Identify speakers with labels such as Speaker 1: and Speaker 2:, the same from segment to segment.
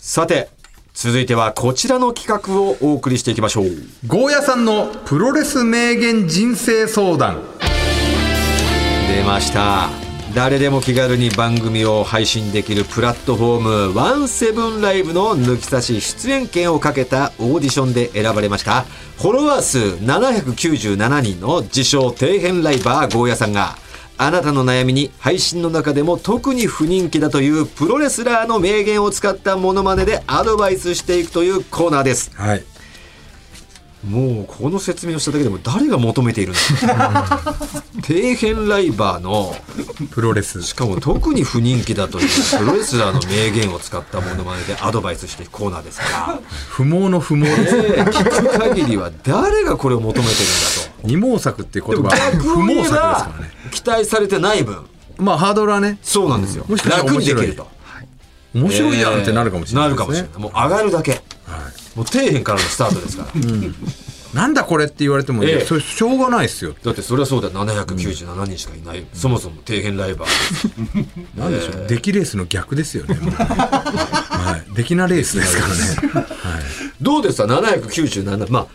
Speaker 1: さて、続いてはこちらの企画をお送りしていきましょう。
Speaker 2: ゴーヤさんのプロレス名言人生相談。
Speaker 1: 出ました。誰でも気軽に番組を配信できるプラットフォームワンセブンライブの抜き差し出演権をかけたオーディションで選ばれましたフォロワー数797人の自称底辺ライバーゴーヤさんがあなたの悩みに配信の中でも特に不人気だというプロレスラーの名言を使ったモノマネでアドバイスしていくというコーナーです
Speaker 2: はい。
Speaker 1: もうこの説明をしただけでも誰が求めているんだ底 辺ライバーの
Speaker 2: プロレス。
Speaker 1: しかも特に不人気だというプロレスラーの名言を使ったものまねでアドバイスしていくコーナーですか
Speaker 2: 不毛の不毛で
Speaker 1: ら、
Speaker 2: す。
Speaker 1: ええ聞く限りは誰がこれを求めてるんだと。
Speaker 2: 二毛作っていう言
Speaker 1: でも
Speaker 2: 葉は
Speaker 1: 逆
Speaker 2: 不
Speaker 1: を
Speaker 2: 毛
Speaker 1: 言え
Speaker 2: 作ですか
Speaker 1: ば
Speaker 2: らね。
Speaker 1: 期待されてない分
Speaker 2: まあハードルはね、
Speaker 1: そうなんですよ、
Speaker 2: もしかしたら
Speaker 1: 楽
Speaker 2: 面
Speaker 1: にで
Speaker 2: 白
Speaker 1: き
Speaker 2: い
Speaker 1: ると
Speaker 2: 面白いやんってなるかもしれない
Speaker 1: なる
Speaker 2: で
Speaker 1: か
Speaker 2: す
Speaker 1: もしれ
Speaker 2: ね
Speaker 1: な。いもう上がるだけ、もう底辺からのスタートですから、
Speaker 2: なんだこれって言われても、い
Speaker 1: ええ
Speaker 2: や、それしょうがないですよ。
Speaker 1: だってそれはそうだよ797人しかいない、そもそも底辺ライバーです
Speaker 2: なんでしょう。出来レースの逆ですよね。 もうはい。出来なレースですからね。
Speaker 1: どうですか797まあ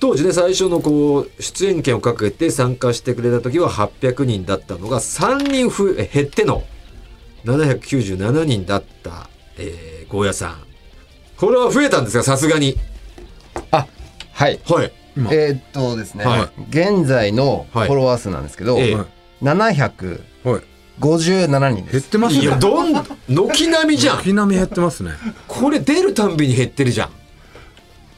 Speaker 1: 当時ね最初のこう出演権をかけて参加してくれた時は800人だったのが3人ふえ減っての797人だった、えー、ゴーヤさんこれは増えたんですかさすがに
Speaker 3: あはい
Speaker 1: はい
Speaker 2: 今
Speaker 3: えーっとですね、
Speaker 1: は
Speaker 3: 現在のフ
Speaker 1: はい
Speaker 3: ォロワー数なんですけど、
Speaker 1: ええ
Speaker 3: 757
Speaker 2: はい。
Speaker 3: 人で
Speaker 2: 減っ
Speaker 3: す
Speaker 2: てます
Speaker 1: いや
Speaker 2: ね。
Speaker 1: どん軒並みじゃん
Speaker 2: 軒並み減ってますね。
Speaker 1: これ出るたんびに減ってるじゃん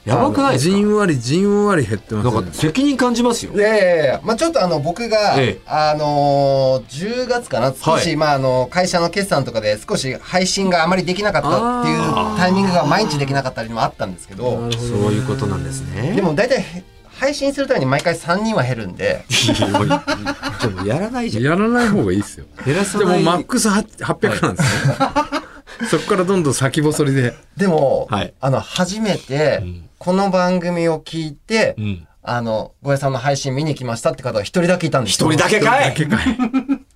Speaker 1: やばくないです
Speaker 2: じ
Speaker 1: か
Speaker 2: んわりじんわり減ってます
Speaker 1: な
Speaker 2: ね
Speaker 1: んか責任感じますよ
Speaker 3: いやいやいや、まあ、ちょっとあの僕が、
Speaker 1: ええ
Speaker 3: あのー10月かな少し、
Speaker 1: はい
Speaker 3: まあ、あの会社の決算とかで少し配信があまりできなかったっていうタイミングが毎日できなかったりもあったんですけど
Speaker 1: そういうことなんですね
Speaker 3: でも大体へ配信するために毎回3人は減るんで
Speaker 1: いやもうでもやらないじゃん
Speaker 2: やらない方がいいですよ。
Speaker 1: 減らさ
Speaker 2: で
Speaker 1: な
Speaker 2: も
Speaker 1: い
Speaker 2: マックス800なんですね。 そこからどんどん先細りで。
Speaker 3: でも、
Speaker 1: はい
Speaker 3: あの初めてこの番組を聞いて、
Speaker 1: ん
Speaker 3: あの小屋さんの配信見に来ましたって方は一人だけいたんです
Speaker 1: 一人だ
Speaker 3: け
Speaker 1: けかい
Speaker 2: 結果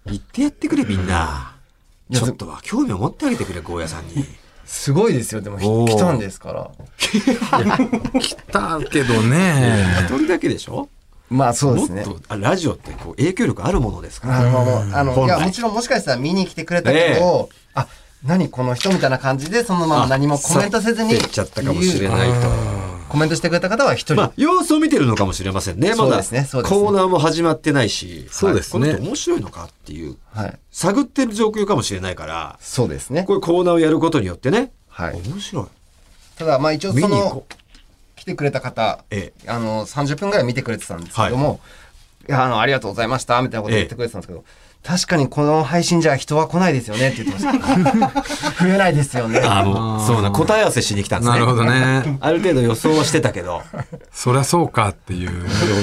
Speaker 1: 言ってやってくれみんな。
Speaker 3: い
Speaker 1: ち
Speaker 3: や
Speaker 1: ょっとは興味を持ってあげてくれ、ゴーヤさんに。
Speaker 3: すごいですよでもひ
Speaker 1: おー
Speaker 3: 来たんですから
Speaker 2: 来たけどね。
Speaker 1: 一人だけでしょ
Speaker 3: まあそうで
Speaker 1: もっ
Speaker 3: すね
Speaker 1: と、あラジオってこう影響力あるものですから。
Speaker 3: なるほど。あの、
Speaker 1: 本
Speaker 3: い
Speaker 1: 来
Speaker 3: や、もちろんもしかしたら見に来てくれたけど、あ、何この人みたいな感じで、そのまま何もコメントせずに、
Speaker 1: 去ってっちゃったかもしれないと。
Speaker 3: コメントしてくれた方は一人。
Speaker 1: まあ、様子を見てるのかもしれませんね。ま
Speaker 3: そう
Speaker 1: だ、
Speaker 3: ですねそうですね
Speaker 1: コーナーも始まってないし、
Speaker 2: そうですね
Speaker 1: はいこの人面白いのかっていう、
Speaker 3: はい。
Speaker 1: 探ってる状況かもしれないから、
Speaker 3: そうですね
Speaker 1: こ。れコーナーをやることによってね、
Speaker 3: はい
Speaker 1: 面白
Speaker 3: ただ、まあ一応
Speaker 1: い。見
Speaker 3: そ
Speaker 1: に行こ
Speaker 3: の
Speaker 1: う、。
Speaker 3: 来てくれた方、
Speaker 1: え
Speaker 3: あの、30分ぐらい見てくれてたんですけども、い、や、あの、ありがとうございました、みたいなこと言ってくれてたんですけど、確かにこの配信じゃ人は来ないですよねって言ってま した。増えないですよね。
Speaker 1: あもうそうな、答え合わせしに来たんですね。
Speaker 2: なるほど。ね。
Speaker 1: ある程度予想はしてたけ ど、
Speaker 2: そりゃそうかっていう。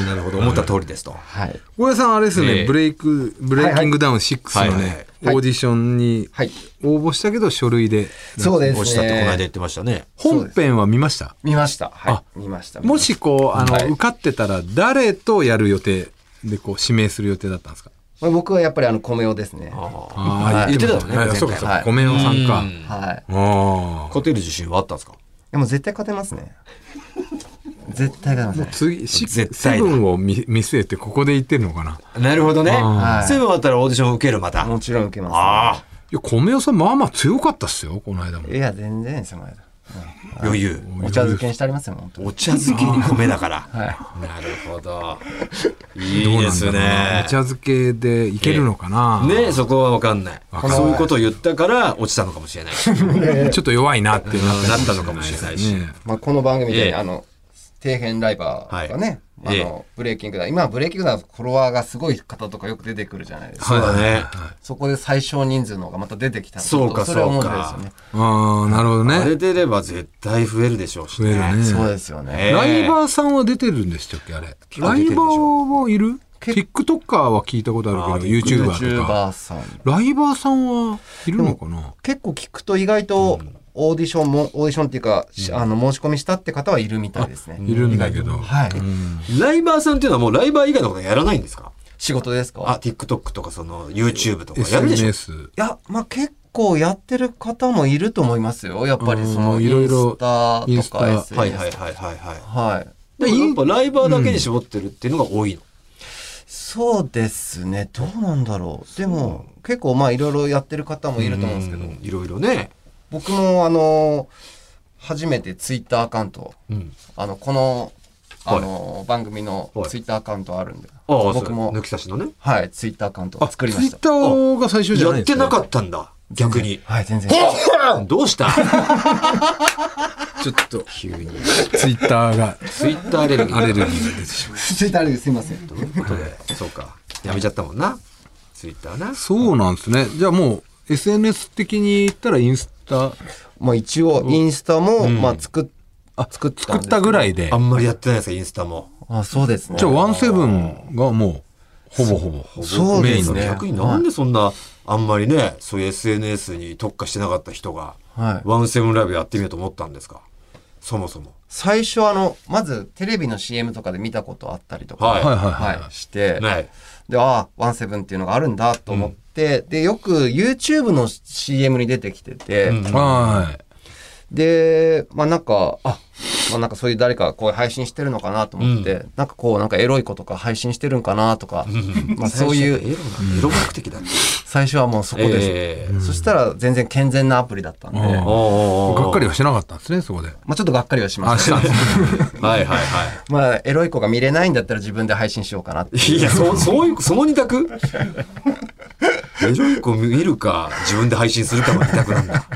Speaker 1: なるほど。思った通りですと。
Speaker 3: はい。
Speaker 2: 小林さんあれですよ
Speaker 1: ええ
Speaker 2: ね、ブレイク、ブレイキングダウン
Speaker 1: はい
Speaker 2: 6の
Speaker 1: はい
Speaker 2: ね、オ
Speaker 3: はい
Speaker 2: ーディションに
Speaker 3: はい。
Speaker 2: 応募したけど書類で。
Speaker 3: そうですね。
Speaker 1: 落ちたってこの間言ってましたね。
Speaker 2: 本編は見ました
Speaker 3: 見ました。は
Speaker 2: あ
Speaker 3: い。見ました。
Speaker 2: もしこう、あの、
Speaker 3: はい
Speaker 2: 受かってたら誰とやる予定でこう指名する予定だったんですか
Speaker 3: まあ僕はやっぱりあの米尾ですね。
Speaker 2: あ
Speaker 3: ー言
Speaker 1: ってたもんね前回
Speaker 2: そうかそう
Speaker 3: は
Speaker 2: か。
Speaker 3: い
Speaker 2: ごめんおさんか。
Speaker 3: はい。
Speaker 2: ああ。
Speaker 1: 勝てる自信はあったんですか
Speaker 3: でも絶対勝てますね。絶対勝てますね。
Speaker 2: 次、シ
Speaker 1: 絶対
Speaker 2: セ
Speaker 1: だ
Speaker 2: ブンを見見据えてここで言ってるのかな。
Speaker 1: なるほどね
Speaker 2: はい
Speaker 1: セブン終わったらオーディション受ける、また。
Speaker 3: もちろん受けま
Speaker 1: あ
Speaker 2: いや、米尾さん、まあまあ強かったっすよ、この間も
Speaker 3: す。。いや、全然ですよ、前田。
Speaker 1: あ、余裕。
Speaker 3: お茶漬けにしてありますよ、本当に。
Speaker 1: お茶漬けに米だから。
Speaker 3: はい。
Speaker 1: なるほど。
Speaker 2: ど
Speaker 1: いうい
Speaker 2: な
Speaker 1: で
Speaker 2: んだ
Speaker 1: す
Speaker 2: ろうな
Speaker 1: ね
Speaker 2: お。茶漬けでいけるのかな、
Speaker 1: ねえそこはわかんない。
Speaker 2: かんない
Speaker 1: そういうことを言ったから落ちたのかもしれない。
Speaker 2: ちょっと弱いなっていう
Speaker 1: な
Speaker 2: な
Speaker 1: ったのかもしれないし。
Speaker 2: ね
Speaker 3: まあ、この番組
Speaker 1: え
Speaker 3: で、
Speaker 1: え
Speaker 3: あの、底辺ライバーがね、
Speaker 1: はい
Speaker 3: あの、ブレイキングダウン、今はブレイキングダウンのフォロワーがすごい方とかよく出てくるじゃないですか。
Speaker 1: そうだね。
Speaker 3: そこで最小人数のがまた出てきたんで
Speaker 1: そうか
Speaker 3: それは面
Speaker 1: そう
Speaker 3: 白い
Speaker 1: か
Speaker 3: ですよね。
Speaker 2: ああ、なるほど
Speaker 1: あれ
Speaker 2: ね。
Speaker 1: 出れば絶対増えるでしょうし
Speaker 2: 増える
Speaker 1: ね。
Speaker 2: ね。
Speaker 3: そうですよね。
Speaker 1: ええ
Speaker 2: ライバーさんは出てるんでしたっけ、あれ。
Speaker 1: 構出
Speaker 2: ラ
Speaker 1: てる
Speaker 2: イ
Speaker 1: でし
Speaker 2: バ
Speaker 1: ょ
Speaker 2: ーもいる
Speaker 3: 結
Speaker 2: ?TikToker は聞いたことあるけど、YouTuber とか。
Speaker 3: YouTuber さん。
Speaker 2: ライバーさんはいるのかな
Speaker 3: 結構聞くと意外とオーディションも、オーディションっていうか、しあの申し込みしたって方はいるみたいですね。
Speaker 2: いるんだけど。
Speaker 3: はい、
Speaker 1: ライバーさんっていうのはもうライバー以外のことやらないんですか
Speaker 3: 仕事ですか
Speaker 1: あ、TikTok とかその YouTube とかやるでしょ
Speaker 2: SNS。
Speaker 3: いやまあ結構やってる方もいると思いますよ。やっぱりそ
Speaker 2: あ
Speaker 3: の
Speaker 2: ー
Speaker 3: イ
Speaker 2: いろい
Speaker 3: ン
Speaker 2: ろ
Speaker 3: スタ
Speaker 2: イン
Speaker 3: と
Speaker 2: ス
Speaker 3: か
Speaker 2: タ
Speaker 3: SNS と
Speaker 1: は
Speaker 3: か。
Speaker 1: いはいはいはいはい。
Speaker 3: はい。
Speaker 1: でもやっぱライバーだけに絞ってるっていうのが多いの。
Speaker 3: そうですね。どうなんだろう。でも、結構まあいろいろやってる方もいると思うんですけど、
Speaker 1: いろいろね。
Speaker 3: 僕もあの、初めてツイッターアカウント、
Speaker 1: うん。
Speaker 3: あの、この、
Speaker 1: はい
Speaker 3: あの、番組のツイッターアカウントあるんで、
Speaker 1: ああ、
Speaker 3: 僕も
Speaker 1: そう抜、き差しのね。
Speaker 3: はい、ツイッターアカウントを作りま
Speaker 2: ツイ
Speaker 3: した
Speaker 2: ッ。ターが最初じゃな
Speaker 1: や
Speaker 2: い
Speaker 1: っ
Speaker 2: んです
Speaker 1: て
Speaker 2: ね
Speaker 1: なかったんだ。逆に。
Speaker 3: はい、全然。
Speaker 1: どうした
Speaker 2: ちょっと、
Speaker 1: 急に。
Speaker 2: ツイッターが
Speaker 1: ツイッターアレルギー。
Speaker 2: アレルギーが出てしまう。
Speaker 3: ツイッターあれです。すいません。
Speaker 1: ということで、そうか。やめちゃったもんな。ツイッターな。
Speaker 2: そうなんですね。じゃあもう、SNS 的に言ったらインスタ
Speaker 3: まあ一応、インスタも、まあ作っ、あ、作ったんですけど。
Speaker 2: 作ったぐらいで
Speaker 1: あ、んまりやってないですか、インスタも。
Speaker 3: あ、そうですね。
Speaker 2: じゃあワンセブンがもう、ほぼほぼ。
Speaker 3: そう
Speaker 1: メ
Speaker 3: で
Speaker 1: イン
Speaker 3: す
Speaker 1: の
Speaker 3: ね。
Speaker 1: 逆になんでそんな、あんまりね、そういう SNS に特化してなかった人が、
Speaker 3: はい。
Speaker 1: ワンセブンライブやってみようと思ったんですかそもそも。
Speaker 3: 最初あのまずテレビの CM とかで見たことあったりとか、
Speaker 1: はいはい
Speaker 2: はいはい
Speaker 3: して、
Speaker 1: ね。
Speaker 3: でああワンセブンっていうのがあるんだと思って、でよく YouTube の CM に出てきてて、
Speaker 1: うん
Speaker 2: はい。
Speaker 3: でまあなんかあまあなんかそういう誰かこう配信してるのかなと思って、なんかこうなんかエロいことか配信してるんかなとか、まあそういう
Speaker 1: エロな、エロ目的だって。
Speaker 3: 最初はもうそこです、
Speaker 1: ええ
Speaker 3: そしたら全然健全なアプリだったんで、
Speaker 2: うん
Speaker 3: ま
Speaker 1: おーおーおー
Speaker 2: がっかりはしなかったんですね、そこで。
Speaker 3: あちょっとがっかりはしま
Speaker 2: あ、
Speaker 3: し
Speaker 2: したたんですね
Speaker 1: はいはいは
Speaker 3: まあエロい子が見れないんだったら自分で配信しようかなって
Speaker 1: い。いや、そう、そういう、その二 択エロい子見るか、自分で配信するかの二択なんだ。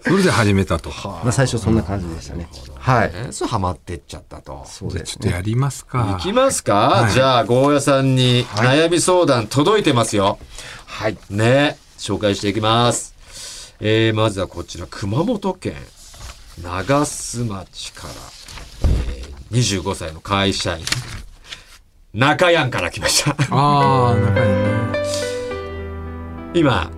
Speaker 2: それで始めたと。
Speaker 3: まあ、最初そんな感じでしたね。はい。
Speaker 1: えそう、ハマってっちゃったと。
Speaker 3: そうで
Speaker 2: ちょ
Speaker 3: す
Speaker 2: っと
Speaker 3: ね。
Speaker 2: やります
Speaker 1: い
Speaker 2: か。
Speaker 1: きますか、じゃあ、ゴーヤさんに悩み相談届いてますよ。
Speaker 3: はい。
Speaker 1: ね。紹介していきます。えー、まずはこちら、熊本県長洲町から、えー、25歳の会社員、中やんから来ました。
Speaker 2: ああ、仲良い
Speaker 1: 今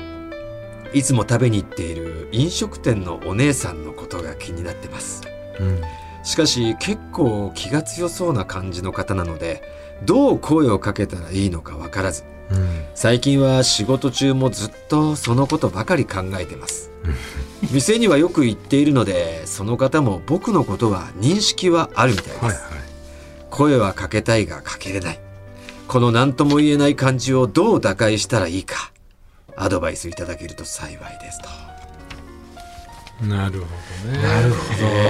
Speaker 1: いつも食べに行っている飲食店のお姉さんのことが気になってます
Speaker 2: うん
Speaker 1: しかし結構気が強そうな感じの方なのでどう声をかけたらいいのかわからず
Speaker 2: うん
Speaker 1: 最近は仕事中もずっとそのことばかり考えてます店にはよく行っているのでその方も僕のことは認識はあるみたいです、
Speaker 2: はいはい。
Speaker 1: 声はかけたいがかけれない。この何とも言えない感じをどう打開したらいいか、アドバイスいただけると幸いですと。
Speaker 2: なるほどね。なるほ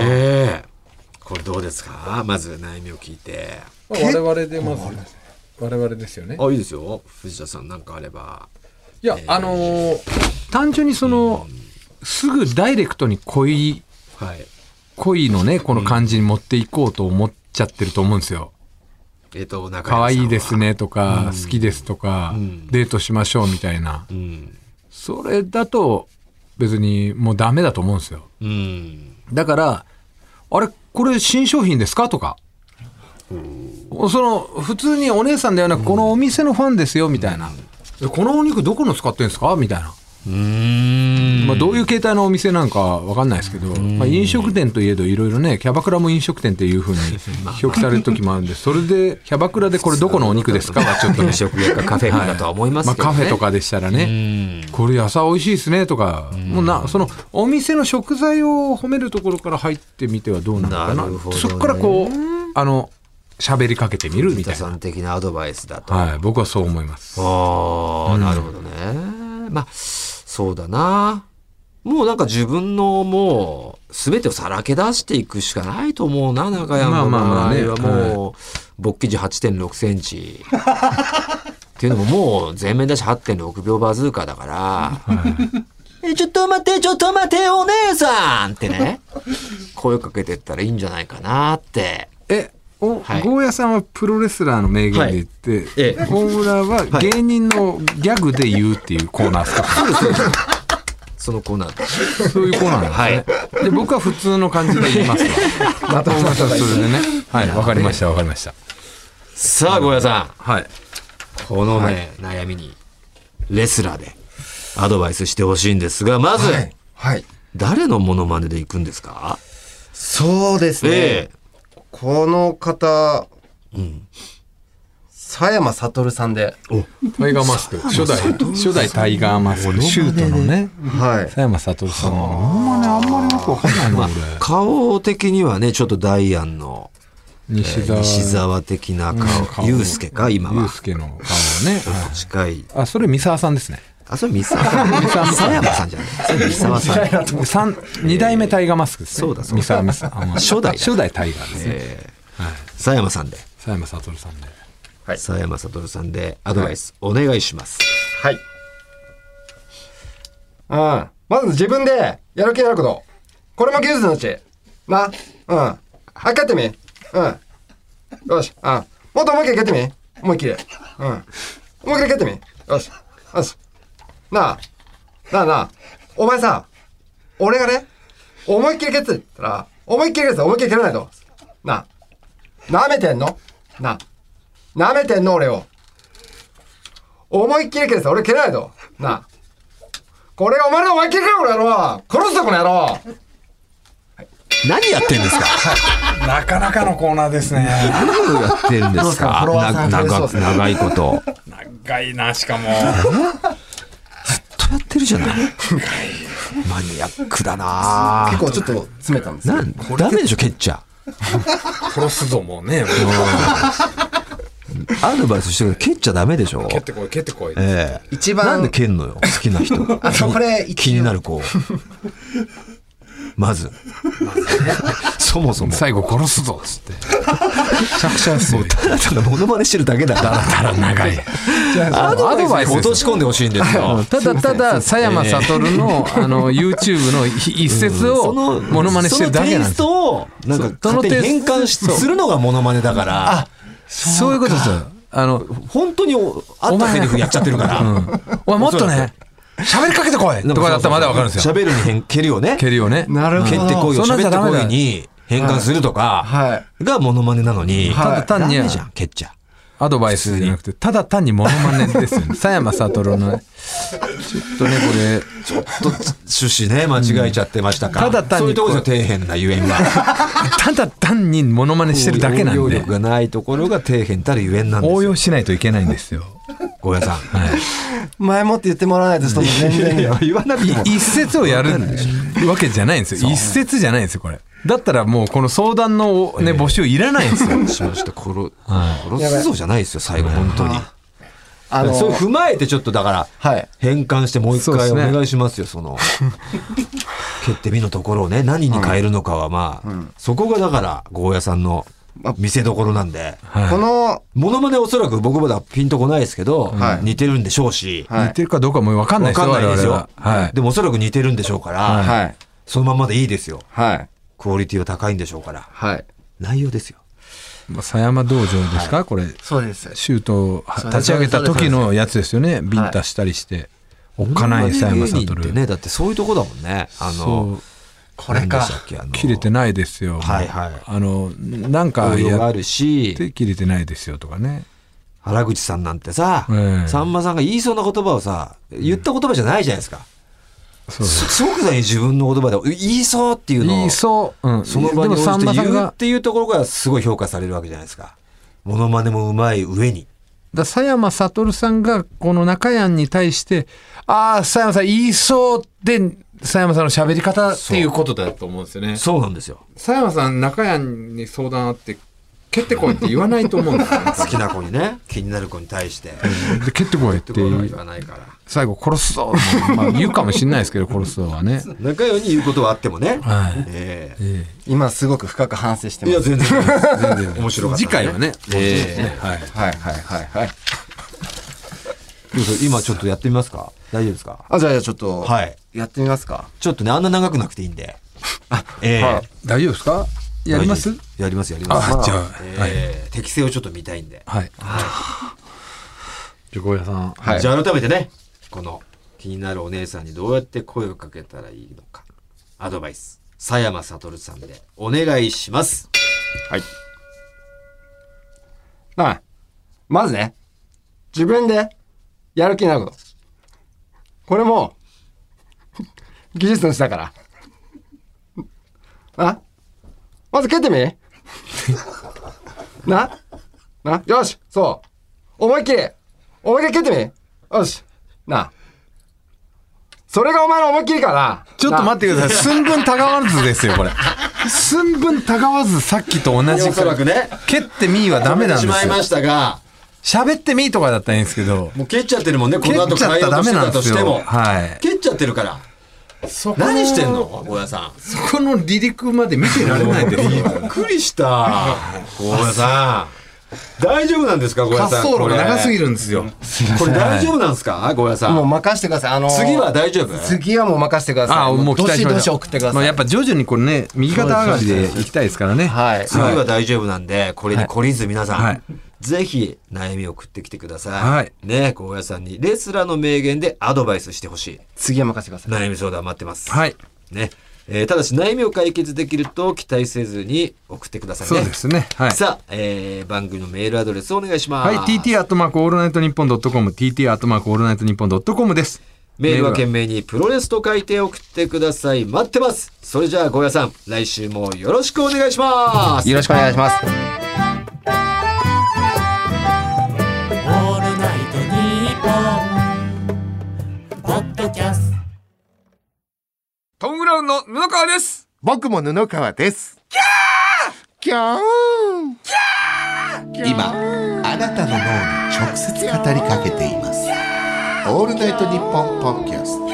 Speaker 1: ええこれどうですかまず悩みを聞いて。
Speaker 2: 我々でまず、我々ですよね。
Speaker 1: あ、いいですよ。藤田さんなんかあれば。
Speaker 2: いや、あのー単純にその、すぐダイレクトに恋、
Speaker 1: はい。
Speaker 2: 恋のね、この感じに持っていこうと思っちゃってると思うんですよ。
Speaker 1: えっ、と、中
Speaker 2: 可愛いです
Speaker 1: ね。
Speaker 2: ねとか、好きですとか、
Speaker 1: うん
Speaker 2: デートしましょうみたいな
Speaker 1: う。ん。
Speaker 2: それだと、別にもうダメだと思うんですよ。
Speaker 1: うん。
Speaker 2: だから、あれ、これ新商品ですかとか。その、普通にお姉さんではなく、このお店のファンですよ、みたいな。えこのお肉どこの使ってんですかみたいな。
Speaker 1: うん。
Speaker 2: まあ、どういう形態のお店なんかわかんないですけど、まあ、飲食店といえどいろいろねキャバクラも飲食店っていうふうに表記される時もあるんでそれでキャバクラでこれどこのお肉です かはちょっとね
Speaker 1: 飲食屋かカフェかだとは思います
Speaker 2: まあ、
Speaker 1: けど、ね
Speaker 2: カフェと。かでしたら
Speaker 1: う
Speaker 2: ね
Speaker 1: ん。
Speaker 2: これ野菜美味しいですねとかもうなそのお店の食材を褒めるところから入ってみてはどうなのか
Speaker 1: な
Speaker 2: な
Speaker 1: るほどね
Speaker 2: そこからこうあの喋りかけてみるみ
Speaker 1: 藤
Speaker 2: た
Speaker 1: 田
Speaker 2: い
Speaker 1: さ
Speaker 2: な、
Speaker 1: ん的なアドバイスだと。
Speaker 2: はい、僕はそう思います。
Speaker 1: ああ、なるほどね。まあ、そうだな。もうなんか自分のもう、すべてをさらけ出していくしかないと思うな、中山の場
Speaker 2: まあまあまあね
Speaker 1: 合はもう、勃起時8.6センチ。 っていうのももう全面出し8.6秒バズーカだから、えちょっと待って、ちょっと待て、お姉さんってね、声かけてったらいいんじゃないかなって。
Speaker 2: えお、
Speaker 1: はい
Speaker 2: ゴーヤさんはプロレスラーの名言で言って、
Speaker 1: ええ
Speaker 2: 大村は芸人のギャグで言うっていうコーナーですか、
Speaker 1: そのコーナーで。
Speaker 2: そういうコーナーなんですね、で僕は普通の感じで言い ますわ大村さんそれでねはいわかりましたわかりました
Speaker 1: さあ、ゴーヤさん。
Speaker 2: はい
Speaker 1: このね、悩みに、レスラーでアドバイスしてほしいんですが、まず、
Speaker 3: はい。はい。
Speaker 1: 誰のモノマネでいくんですか
Speaker 3: そうですね。
Speaker 1: ええ
Speaker 3: この方、
Speaker 1: うん。
Speaker 3: 佐山悟さんで、
Speaker 2: タイガーマスク初代初代タイガーマスクシュートのね
Speaker 3: はい
Speaker 2: 佐山聡さんのモノマネあんまりよくわかんないな俺
Speaker 1: 顔的にはね、ちょっとダイアンの、
Speaker 2: 西澤
Speaker 1: 西沢的な顔。
Speaker 2: ユ
Speaker 1: ユ
Speaker 2: ウ
Speaker 1: うスケか、今
Speaker 2: ユウ
Speaker 1: は。
Speaker 2: スケの顔をねはい
Speaker 1: 近い。
Speaker 2: あそれ三沢さんですね
Speaker 1: あ、それ三沢さん。三沢さんじゃない。それ三沢さん。
Speaker 2: 三二代目タイガーマスクですね
Speaker 1: そうだそうだ
Speaker 2: 三沢美沙あの
Speaker 1: 初代だ
Speaker 2: 初代タイガーですね
Speaker 1: 佐山さんで。
Speaker 2: 佐山聡さんで
Speaker 1: 佐山悟さんでアドバイスお願いします。
Speaker 3: はいうんまず自分でやる気になることこれも技術のうちなうんはっかってみうんよしうんもっと思いっきり蹴ってみ思いっきりうん思いっきり蹴ってみよしよしなあなあなあお前さ俺がね思いっきり蹴ってたら思いっきり蹴ってたら思いっきり蹴らないとなあなめてんのなあなめてんの俺を思いっきり蹴れさ、俺蹴らないと。なあ。これお前ら思いっきり蹴れ、この野郎殺すぞ、この野郎
Speaker 1: 何やってんですか
Speaker 2: なかなかのコーナーですね
Speaker 1: 何をやってるんで
Speaker 3: どうですかフォロワーさん
Speaker 1: な
Speaker 3: 増えそう
Speaker 1: 長
Speaker 3: ですね
Speaker 1: 長いこと。ずっ
Speaker 2: 長いなしかも
Speaker 1: とやってるじゃない。マニアックだな
Speaker 3: 結構ちょっと詰めたんですよ。
Speaker 1: なんダメでしょ、蹴っちゃ。
Speaker 2: 殺すぞもうね
Speaker 1: アドバイスしてるけど、蹴っちゃダメでしょ。
Speaker 2: 蹴ってこい蹴ってこい
Speaker 1: ええ
Speaker 3: 一番
Speaker 1: なんで蹴んのよ、好きな人。
Speaker 3: あとこれ一応
Speaker 1: 気になる子。ま ず。そもそも。
Speaker 2: 最後殺すぞっつ ってめちゃくちゃですよ
Speaker 1: ただただモノマネしてるだけだから。
Speaker 2: たら長い
Speaker 1: アドバイスに
Speaker 2: です
Speaker 1: 落とし込んでほしいんですよ。
Speaker 2: ただただ佐山悟のあの YouTube の一節をモノマネしてるだけなんです
Speaker 1: そ
Speaker 2: よ
Speaker 1: のテイストを、なんか、
Speaker 2: その
Speaker 1: 勝
Speaker 2: テ
Speaker 1: 手
Speaker 2: イスト
Speaker 1: に変換し
Speaker 2: そう
Speaker 1: するのがモノマネだから、
Speaker 2: そういうことですよあの
Speaker 1: 本当におあ
Speaker 2: お
Speaker 1: った
Speaker 2: 前
Speaker 1: セリフやっちゃってるから。
Speaker 2: うんお前もっとね喋りかけてこいとかだったらまだわかるんですよ
Speaker 1: 喋るに変、蹴りをね。
Speaker 2: 蹴りをね
Speaker 3: なるほど
Speaker 1: 蹴ってこいよ、
Speaker 2: そんなんじ
Speaker 1: 喋
Speaker 2: ゃ
Speaker 1: って
Speaker 2: ダメ
Speaker 1: こ
Speaker 2: だ
Speaker 1: いに変換すると
Speaker 3: は
Speaker 1: か、がモノマネなのに、
Speaker 2: ただ単に
Speaker 1: ダメじゃん、蹴っちゃ。
Speaker 2: アドバイスじゃなくてただ単にモノマネです よね佐山悟のねちょっとねこれ
Speaker 1: ちょっと趣旨ね、間違えちゃってましたか。
Speaker 2: ただ
Speaker 1: そ
Speaker 2: 単に
Speaker 1: ういうところですよ、底辺なゆえんは。
Speaker 2: ただ単にモノマネ してるだけな
Speaker 1: 応
Speaker 2: ん
Speaker 1: 用
Speaker 2: で
Speaker 1: 力がないところが底辺たるゆえんなんです
Speaker 2: 応
Speaker 1: よ。
Speaker 2: 用しないといけないんですよ
Speaker 1: ゴーヤさん。
Speaker 3: 前もって言ってもらわないと、ちょっと全然。
Speaker 1: 言わなくても。
Speaker 2: 一節をやるわけじゃないんですよ一節じゃないんですよこれだったらもうこの相談の、ね、募集いらないん ですよ
Speaker 1: しました殺殺すぞじゃないですよ最後本当に
Speaker 3: あの、
Speaker 1: それ踏まえてちょっとだから、
Speaker 3: はい
Speaker 1: 変換してもう一
Speaker 2: そうで
Speaker 1: 回
Speaker 2: す
Speaker 1: お
Speaker 2: ね
Speaker 1: 願いしますよその蹴ってみのところをね何に変えるのかはまあ、そこがだからゴーヤさんの見せどころなんで、
Speaker 3: この、
Speaker 1: モノマネおそらく僕まだピンとこないですけど、
Speaker 3: はい
Speaker 1: 似てるんでしょうし、
Speaker 3: はい
Speaker 2: 似てるかどうかもう分かんない
Speaker 1: わ
Speaker 2: です
Speaker 1: かん
Speaker 2: よ
Speaker 1: ないですよ、
Speaker 2: 我々ははい
Speaker 1: でもおそらく似てるんでしょうから、
Speaker 3: はい。
Speaker 1: そのまんまでいいですよ
Speaker 3: はい。
Speaker 1: クオリティは高いんでしょうから
Speaker 3: はい。
Speaker 1: 内容ですよ
Speaker 2: まあ狭山道場ですか、これ
Speaker 3: そうです。
Speaker 2: シュートを
Speaker 3: そうです
Speaker 2: 立ち上げた時のやつですよねビンタしたりして、おっかない佐山
Speaker 1: モノマネ芸人って
Speaker 2: 悟、
Speaker 1: ねだってそういうとこだもんねあ
Speaker 2: そ
Speaker 1: の
Speaker 2: う
Speaker 3: これ
Speaker 1: 何で
Speaker 3: か
Speaker 1: し。たっけあの
Speaker 2: 切れてないですよ
Speaker 1: はいはい
Speaker 2: あのなんか
Speaker 1: 応用が
Speaker 2: や
Speaker 1: あ
Speaker 2: っ
Speaker 1: るして
Speaker 2: 切れてないですよとかね
Speaker 1: 原口さんなんてさ、
Speaker 2: ええ
Speaker 1: さんまさんが言いそうな言葉をさ言った言葉じゃないじゃないですか、
Speaker 2: そう
Speaker 1: すすごくない自分の言葉で言いそうっていうのを
Speaker 2: 言いそう、うん、
Speaker 1: その場に
Speaker 2: でも
Speaker 1: 応じ
Speaker 2: さんま
Speaker 1: て
Speaker 2: さん
Speaker 1: 言うっ
Speaker 2: が
Speaker 1: ていうところがすごい評価されるわけじゃないですかモノマネもうまい上に
Speaker 2: だ佐山悟さんがこの中谷に対して「ああ佐山さん言いそう」で佐山さんの喋り方っていうことだと思うんですよね
Speaker 1: そうなんですよ、
Speaker 2: 佐山さん中谷に相談あって「蹴ってこい」って言わないと思うんですよ、ね
Speaker 1: 好きな子にね気になる子に対して
Speaker 2: で蹴ってこいって
Speaker 1: ところは
Speaker 2: 言
Speaker 1: 言わないから
Speaker 2: 最後殺すぞ、まあ、言うかもしれないですけど殺すぞはね
Speaker 1: 仲良いに言うことはあってもね、
Speaker 2: はい
Speaker 1: ええ
Speaker 2: え
Speaker 3: 今すごく深く反省して
Speaker 1: い
Speaker 3: ま
Speaker 1: や
Speaker 3: す。
Speaker 1: 全然全然面白
Speaker 2: え
Speaker 1: かった、
Speaker 2: 次回はね、
Speaker 1: ええ
Speaker 2: はい、
Speaker 3: はいはいはいはい。
Speaker 1: どうぞ今ちょっとやってみますか大丈夫ですか
Speaker 3: あ、じゃあじゃあちょっと、
Speaker 1: はい。
Speaker 3: やってみますか。
Speaker 1: ちょっとねあんな長くなくていいん でええ
Speaker 3: はい
Speaker 2: 大丈夫ですかやります
Speaker 1: やりますやります
Speaker 2: あじゃあ、はい、
Speaker 1: えー適性をちょっと見たいんで、
Speaker 2: はい、じゃあゴーヤさん
Speaker 3: はい
Speaker 1: じゃあ改めてねこの気になるお姉さんにどうやって声をかけたらいいのかアドバイス佐山悟さんでお願いします
Speaker 3: はい。はい。まずね、自分でやる気になること。これも、 技術のうちだから。 な まず蹴ってみななよしそう思いっきり、思いっきり蹴ってみ。よし。なあ。それがお前の思いっきりかな。
Speaker 2: ちょっと待ってください。寸分たがわずですよ、これ。寸分たがわずさっきと同じ。
Speaker 1: おそらくね。
Speaker 2: 蹴ってみーはダメなんですよ
Speaker 1: しまい。ましたが、
Speaker 2: 喋ってみーとかだったらいいんですけど。
Speaker 1: もう蹴っちゃってるもんね、この後
Speaker 2: 蹴っちゃ
Speaker 1: 変
Speaker 2: っ
Speaker 1: え
Speaker 2: た
Speaker 1: ようと
Speaker 2: らダ
Speaker 1: して
Speaker 2: メな
Speaker 1: た
Speaker 2: んで
Speaker 1: と
Speaker 2: す
Speaker 1: し
Speaker 2: よ
Speaker 1: ても、
Speaker 2: はい
Speaker 1: 蹴っちゃってるから。何してんの大家さん。
Speaker 2: そこの離陸まで見てられないんです
Speaker 1: びっくりした。大家さん。大丈夫なんですか、小屋
Speaker 2: 滑
Speaker 1: さん。
Speaker 2: 走路が長すぎ
Speaker 1: る。
Speaker 2: るんですよ。
Speaker 1: これ大丈夫なんですか、小屋さ。
Speaker 4: もうん任せてください。あのー
Speaker 1: 次は大丈夫
Speaker 4: 次はもう任せてください。
Speaker 2: ああ、もう期
Speaker 4: ど
Speaker 2: 待
Speaker 4: し
Speaker 2: しま
Speaker 4: ど
Speaker 2: し
Speaker 4: した送ってくだ
Speaker 2: ま
Speaker 4: さ
Speaker 2: あ
Speaker 4: い。
Speaker 2: やっぱ徐々にこれね、右肩上がりでいきたいですからね。
Speaker 4: はい。
Speaker 1: 次は大丈夫なんで、これに懲りず皆さん、
Speaker 2: はい
Speaker 1: ぜひ悩みを送ってきてください。
Speaker 2: はい
Speaker 1: ね、小屋さんにレスラーの名言でアドバイスしてほしい。
Speaker 4: 次は任せてください。
Speaker 1: 悩み相談待ってます。
Speaker 2: はい。
Speaker 1: ね。えーただし悩みを解決できると期待せずに送ってくださいね。
Speaker 2: そうですね。はい。
Speaker 1: さあ、えー番組のメールアドレスお願いします。
Speaker 2: はい、TT アットマークオールナイトニッポンドットコム、TT アットマークオールナイトニッポンドットコムです。
Speaker 1: メールは懸
Speaker 2: メ
Speaker 1: 命にプロレスと書いて送ってください。待ってます。それじゃあ、ゴヤさん、来週もよろしくお願いします。
Speaker 4: よろしくお願いします。
Speaker 5: オールナイトニッポン」ポッドキャスト
Speaker 2: ールはトム・ブラウンの布川です
Speaker 6: 僕も布川です。キャーキャー今、あなたの脳に直接語りかけています。オールナイトニッポンポッドキャスト、ト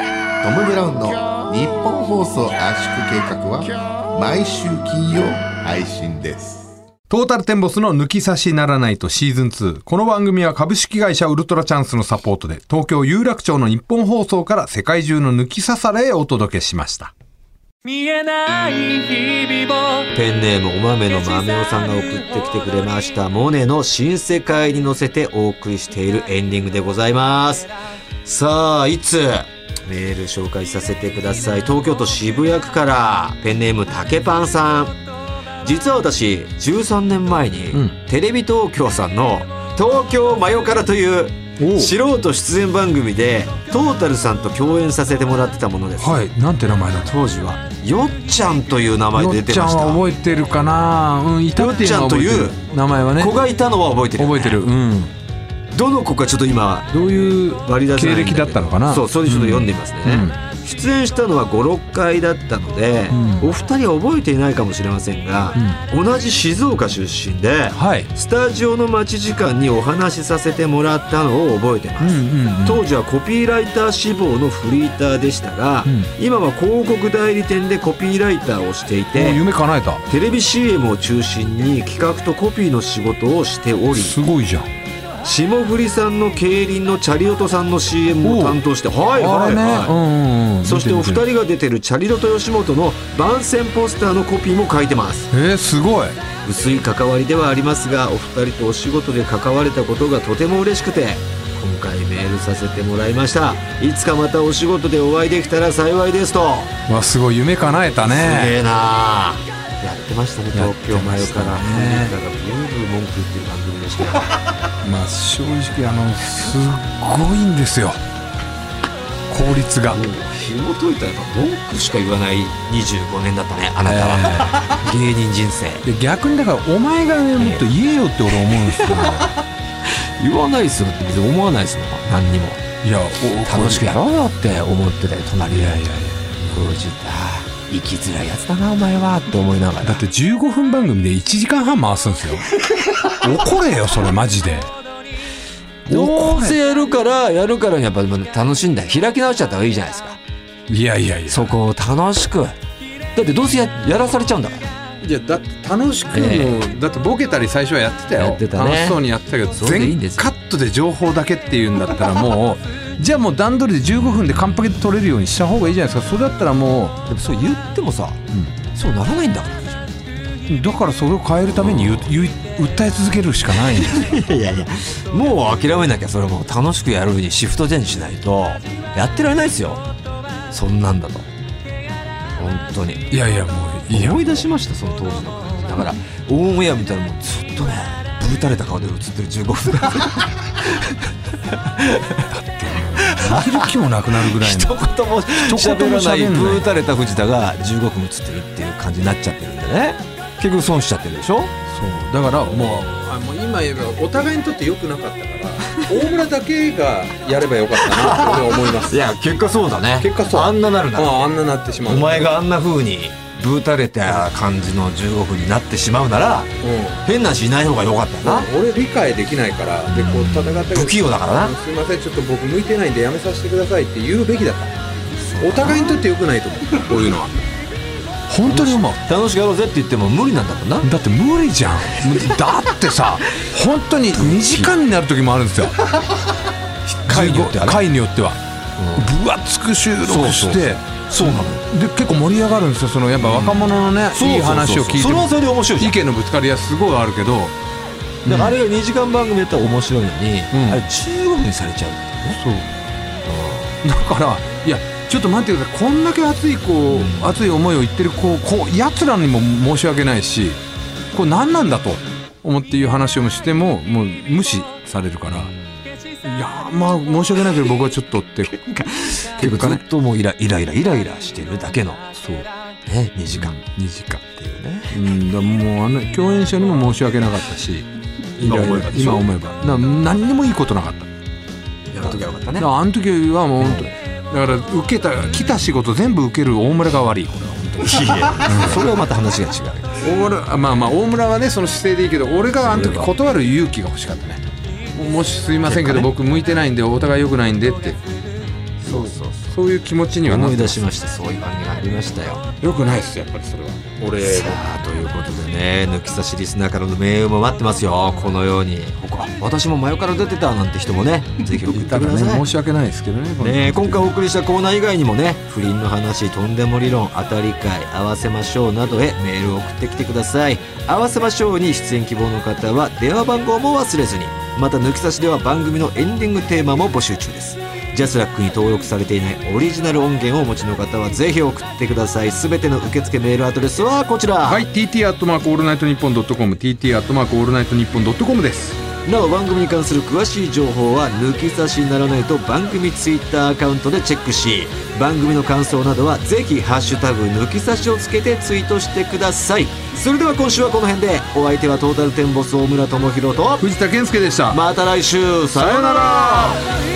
Speaker 6: ム・ブラウンの日本放送圧縮計画は、毎週金曜配信です。
Speaker 2: トータルテンボスの抜き差しならないとシーズン2。この番組は株式会社ウルトラチャンスのサポートで、東京有楽町の日本放送から世界中の抜き差されへお届けしました。
Speaker 5: 見えない日々を
Speaker 1: ペンネームお豆の豆おさんが送ってきてくれましたモネの新世界に乗せてお送りしているエンディングでございますさあいつメール紹介させてください東京都渋谷区からペンネームたけぱんさん実は私13年前に、
Speaker 2: うん
Speaker 1: テレビ東京さんの「東京マヨカラ」という
Speaker 2: おう
Speaker 1: 素人出演番組でトータルさんと共演させてもらってたものです、
Speaker 2: はい、なんて名前だった
Speaker 1: 当時はよっちゃんという名前
Speaker 2: よ
Speaker 1: で
Speaker 2: っ
Speaker 1: 出
Speaker 2: ち
Speaker 1: て
Speaker 2: ゃ
Speaker 1: ま
Speaker 2: ん
Speaker 1: した
Speaker 2: は覚えてるかなうん、いたっていうのは覚えて
Speaker 1: よっ
Speaker 2: る
Speaker 1: ちゃん。
Speaker 2: 名前はね。
Speaker 1: 子がいたのは覚えてるよ
Speaker 2: 覚
Speaker 1: ね、
Speaker 2: えてる。うん。
Speaker 1: どの子かちょっと今
Speaker 2: どういう
Speaker 1: 割り出せな
Speaker 2: 経
Speaker 1: いんけ
Speaker 2: 歴
Speaker 1: ど
Speaker 2: だったのかな
Speaker 1: そうそれちょっと読んでみますね、出演したのは56回だったので、
Speaker 2: うん
Speaker 1: お二人は覚えていないかもしれませんが、同じ静岡出身で
Speaker 2: はい。
Speaker 1: スタジオの待ち時間にお話しさせてもらったのを覚えてます、
Speaker 2: うんうんうん。
Speaker 1: 当時はコピーライター志望のフリーターでしたが、
Speaker 2: うん
Speaker 1: 今は広告代理店でコピーライターをしてい
Speaker 2: もう
Speaker 1: て
Speaker 2: 夢叶えた。
Speaker 1: テレビ CM を中心に企画とコピーの仕事をしており
Speaker 2: すごいじゃん。
Speaker 1: 霜降りさんの競輪のチャリオトさんの CM を担当してはい
Speaker 2: あ
Speaker 1: はい
Speaker 2: れね、
Speaker 1: は
Speaker 2: うんうんうん
Speaker 1: いそしてお二
Speaker 2: 見て
Speaker 1: 人が出てるチャリロト吉本の番宣ポスターのコピーも書いてます
Speaker 2: 見てえー、すごい
Speaker 1: 薄い関わりではありますがお二人とお仕事で関われたことがとても嬉しくて今回メールさせてもらいましたいつかまたお仕事でお会いできたら幸いですと
Speaker 2: わすごい夢叶えた
Speaker 1: すげ
Speaker 2: ね
Speaker 1: えなやってましたね
Speaker 2: やっ
Speaker 1: 東
Speaker 2: て
Speaker 1: 京マ
Speaker 2: ま
Speaker 1: ヨ
Speaker 2: し
Speaker 1: か
Speaker 2: たね
Speaker 1: らフリーターがブーブー文句言ってる番組でしたよ
Speaker 2: まあ正直あのすっごいんですよ効率が、
Speaker 1: もう紐解いたらやっぱ文句しか言わない25年だったねあなたは、芸人人生
Speaker 2: で逆にだからお前がねもっと言えよって俺思うんですよ
Speaker 1: 言わないっすよって別に思わないっすもん何にも
Speaker 2: いや
Speaker 1: 楽しくやろうよって思ってたよ隣で
Speaker 2: いやいやいや
Speaker 1: こうちょっとあー生きづらいやつだなお前はって思いなが
Speaker 2: だ
Speaker 1: ら
Speaker 2: って15分番組で1時間半回すんですよ 怒れよそれマジで
Speaker 1: どうせやるからやるからにやっぱ楽しんだ開き直っちゃった方がいいじゃないですか
Speaker 2: いやいやいや
Speaker 1: そこを楽しくだってどうせややらされちゃうんだから
Speaker 2: いやだって楽しくも、
Speaker 1: え
Speaker 2: だってボケたり最初はやってたよ
Speaker 1: やってたね
Speaker 2: 楽しそうにやってたけど
Speaker 1: それでいいん
Speaker 2: 全
Speaker 1: ですよ
Speaker 2: カットで情報だけっていうんだったらもうじゃあもう段取りで15分で完璧で取れるようにした方がいいじゃないですかそれだったらも
Speaker 1: でもそう言ってもさ、そうならないんだから
Speaker 2: うだからそれを変えるために言う言う訴え続けるしかないんですよ
Speaker 1: いやいやもう諦めなきゃそれもう楽しくやるにシフトチェンジしないとやってられないですよそんなんだと本当に
Speaker 2: いやいやもういや
Speaker 1: 思い出しましたその当時の感じだからオンエア見たらもうずっとねぶーたれた顔で映ってる15分
Speaker 2: 見る気もなくなるぐらい
Speaker 1: 一
Speaker 2: の
Speaker 1: 言も
Speaker 2: 一言
Speaker 1: 喋
Speaker 2: も
Speaker 1: らない
Speaker 2: 喋んない
Speaker 1: ぶーたれた藤田が15分映ってるっていう感じになっちゃってるんでね結結局損しちゃってるでしょ
Speaker 2: そうだからもうあもう今言えばお互いにとって良くなかったから大村だけがやればよかったなって俺は思います
Speaker 1: いや結果そうだね
Speaker 2: 結果そう
Speaker 1: あんななる
Speaker 2: あ
Speaker 1: な
Speaker 2: ああんななってしま
Speaker 1: お
Speaker 2: う
Speaker 1: 前があんな風にぶーたれた感じの15分になってしまうなら
Speaker 2: う、
Speaker 1: 変なしない方が良かったなん
Speaker 2: 俺理解できないからでこう戦ったけど
Speaker 1: 不器用だからな
Speaker 2: すいませんちょっと僕向いてないんでやめさせてくださいって言うべきだったお互いにとって良くないと思うこういうのは
Speaker 1: 本当に思う楽しくやろうぜって言っても無理なんだもんな
Speaker 2: だって無理じゃんだってさ本当に2時間になる時もあるんですよ
Speaker 1: 回によってあれ
Speaker 2: 回によっては分厚く収録して
Speaker 1: そうなの
Speaker 2: で結構盛り上がるんですよそのやっぱ若者のね、いい話を聞いて
Speaker 1: それはそれで面白いじゃ
Speaker 2: 意
Speaker 1: ん
Speaker 2: 見のぶつかりはすごいあるけど
Speaker 1: だからあれが2時間番組やったら面白いのに、
Speaker 2: ん
Speaker 1: あれ15分にされちゃう
Speaker 2: そうだからいやちょっと待ってくださいこんだけ熱い子、熱い思いを言ってる子こうやつらにも申し訳ないしこれ何なんだと思っていう話をしてももう無視されるからいやーまあ申し訳ないけど僕はちょっとって
Speaker 1: 結構
Speaker 2: 結果
Speaker 1: ず
Speaker 2: ね
Speaker 1: っともうイライライライライラしてるだけのそうね2時間
Speaker 2: 2時間
Speaker 1: っていうね
Speaker 2: うんだもうあの共演者にも申し訳なかったし
Speaker 7: 今思えばでし
Speaker 2: 今
Speaker 7: ょ
Speaker 2: 思えばな何にもいいことなかった
Speaker 1: やるときはよかった
Speaker 2: だ
Speaker 1: ね
Speaker 2: からあの時はもう本当にだから受けた来た仕事全部受ける大村が悪いこれは本当に
Speaker 1: そ れはまた話が違う
Speaker 2: 大村あまあまあ大村はねその姿勢でいいけど俺があの時断る勇気が欲しかったねもしすいませんけど、僕向いてないんでお互い良くないんでって
Speaker 1: そうそうそ
Speaker 2: そういう気持ちに
Speaker 1: う
Speaker 2: はなっ
Speaker 1: 思い
Speaker 2: て
Speaker 1: 出しましたそういう番組がありましたよ
Speaker 2: よくないですやっぱりそれは俺
Speaker 1: さあということでね抜き差しリスナーからのメールも待ってますよこのように他私も真横から出てたなんて人も ねぜひ送って
Speaker 2: だ
Speaker 1: く
Speaker 2: から
Speaker 1: だ
Speaker 2: ね
Speaker 1: さい
Speaker 2: 申し訳ないですけどねこの
Speaker 1: ねえ今回お送りしたコーナー以外にもね不倫の話とんでも理論当たり会合わせましょうなどへメールを送ってきてください合わせましょうに出演希望の方は電話番号も忘れずにまた抜き差しでは番組のエンディングテーマも募集中ですジャスラックに登録されていないオリジナル音源をお持ちの方はぜひ送ってください全ての受付メールアドレスはこちら、
Speaker 2: はい TT アットマークオールナイトニッポンドットコム TT アットマークオールナイトニッポンドットコムです
Speaker 7: なお番組に関する詳しい情報は抜き差しならないと番組ツイッターアカウントでチェックし番組の感想などはぜひハッシュタグ抜き差しをつけてツイートしてくださいそれでは今週はこの辺でお相手はトータルテンボス大村智広と
Speaker 2: 藤田健介でした
Speaker 7: また来週さようなら
Speaker 8: 「